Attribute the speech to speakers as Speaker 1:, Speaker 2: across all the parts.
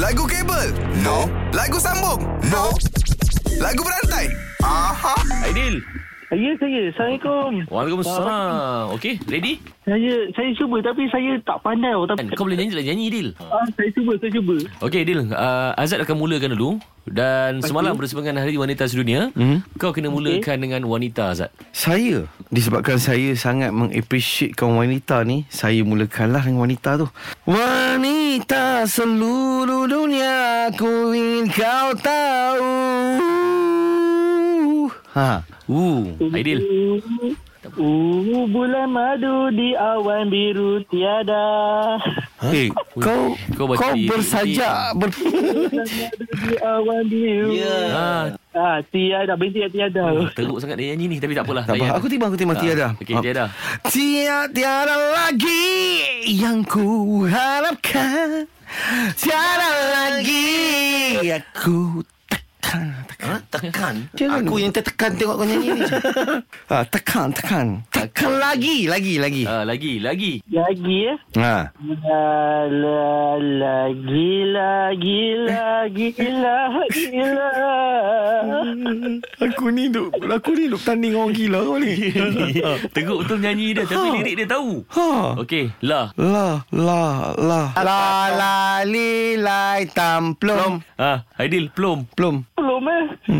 Speaker 1: Lagu kabel? No. Lagu sambung? No. Lagu berantai? Aha.
Speaker 2: Aidil.
Speaker 3: Ya saya Assalamualaikum
Speaker 2: Waalaikumsalam. Okey, ready? Kan?
Speaker 3: Saya saya cuba Tapi saya tak pandai oh, tapi,
Speaker 2: Kau boleh nyanyi tak? Nyanyi, Aidil.
Speaker 3: ah, Saya cuba Saya cuba
Speaker 2: Okey, Aidil. Uh, Azad akan mulakan dulu. Dan semalam bersama dengan Hari Wanita Sedunia, mm-hmm. kau kena mulakan okay. dengan wanita, Azad.
Speaker 4: Saya Disebabkan saya sangat Mengappreciatekan wanita ni Saya mulakanlah dengan wanita tu Wanita seluruh dunia Aku ingin kau tahu Ha Uh
Speaker 2: Aidil.
Speaker 3: Uh, bulan madu di awan biru tiada
Speaker 4: Eh,
Speaker 2: Kau
Speaker 4: kau kau,
Speaker 2: baca
Speaker 4: kau
Speaker 2: lirik
Speaker 4: bersajak ber...
Speaker 3: Bulan madu di awan biru
Speaker 2: Ah,
Speaker 3: ah, Tiada Binti tiada
Speaker 2: teruk sangat dia nyanyi ni. Tapi tak apalah.
Speaker 4: Tak
Speaker 2: layan.
Speaker 4: apa, aku timbang, aku timbang
Speaker 2: Ah,
Speaker 4: tiada.
Speaker 2: okey, tiada.
Speaker 4: Tiada, tiada lagi yang ku harapkan. Tiada lagi aku tekan. Tekan.
Speaker 5: Tekan
Speaker 4: Jangan.
Speaker 5: Aku yang tertekan Tengok kau nyanyi ni
Speaker 4: Ah, tekan, tekan. Tekan lagi, lagi, lagi.
Speaker 2: Ah, lagi, lagi.
Speaker 3: Lagi ya
Speaker 4: Ha.
Speaker 3: La la gila gila gila gila
Speaker 4: Aku ni duk, aku ni duk tanding orang gila kau ni.
Speaker 2: Teruk betul nyanyi dia. Tapi lirik dia tahu.
Speaker 4: Ha.
Speaker 2: Okey, lah.
Speaker 4: La, la, la. La, la, li, lai, tam, plom.
Speaker 2: Ah, Aidil, plom.
Speaker 4: Plom.
Speaker 3: Plum eh? Hmm.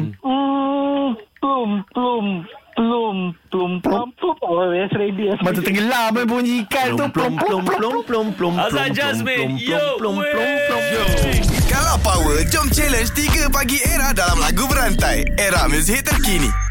Speaker 3: Plum, plum, plum, plum, plum, plum. Oh, yes, ready. Yes,
Speaker 4: Mata
Speaker 3: ready.
Speaker 4: tenggelam eh, bunyi ikan tu. Plom, plom, plom, plom, plom.
Speaker 2: Azad Jasmine. Yo, wey.
Speaker 1: Kalau power, jom challenge 3 pagi era dalam lagu berantai. Era muzik terkini.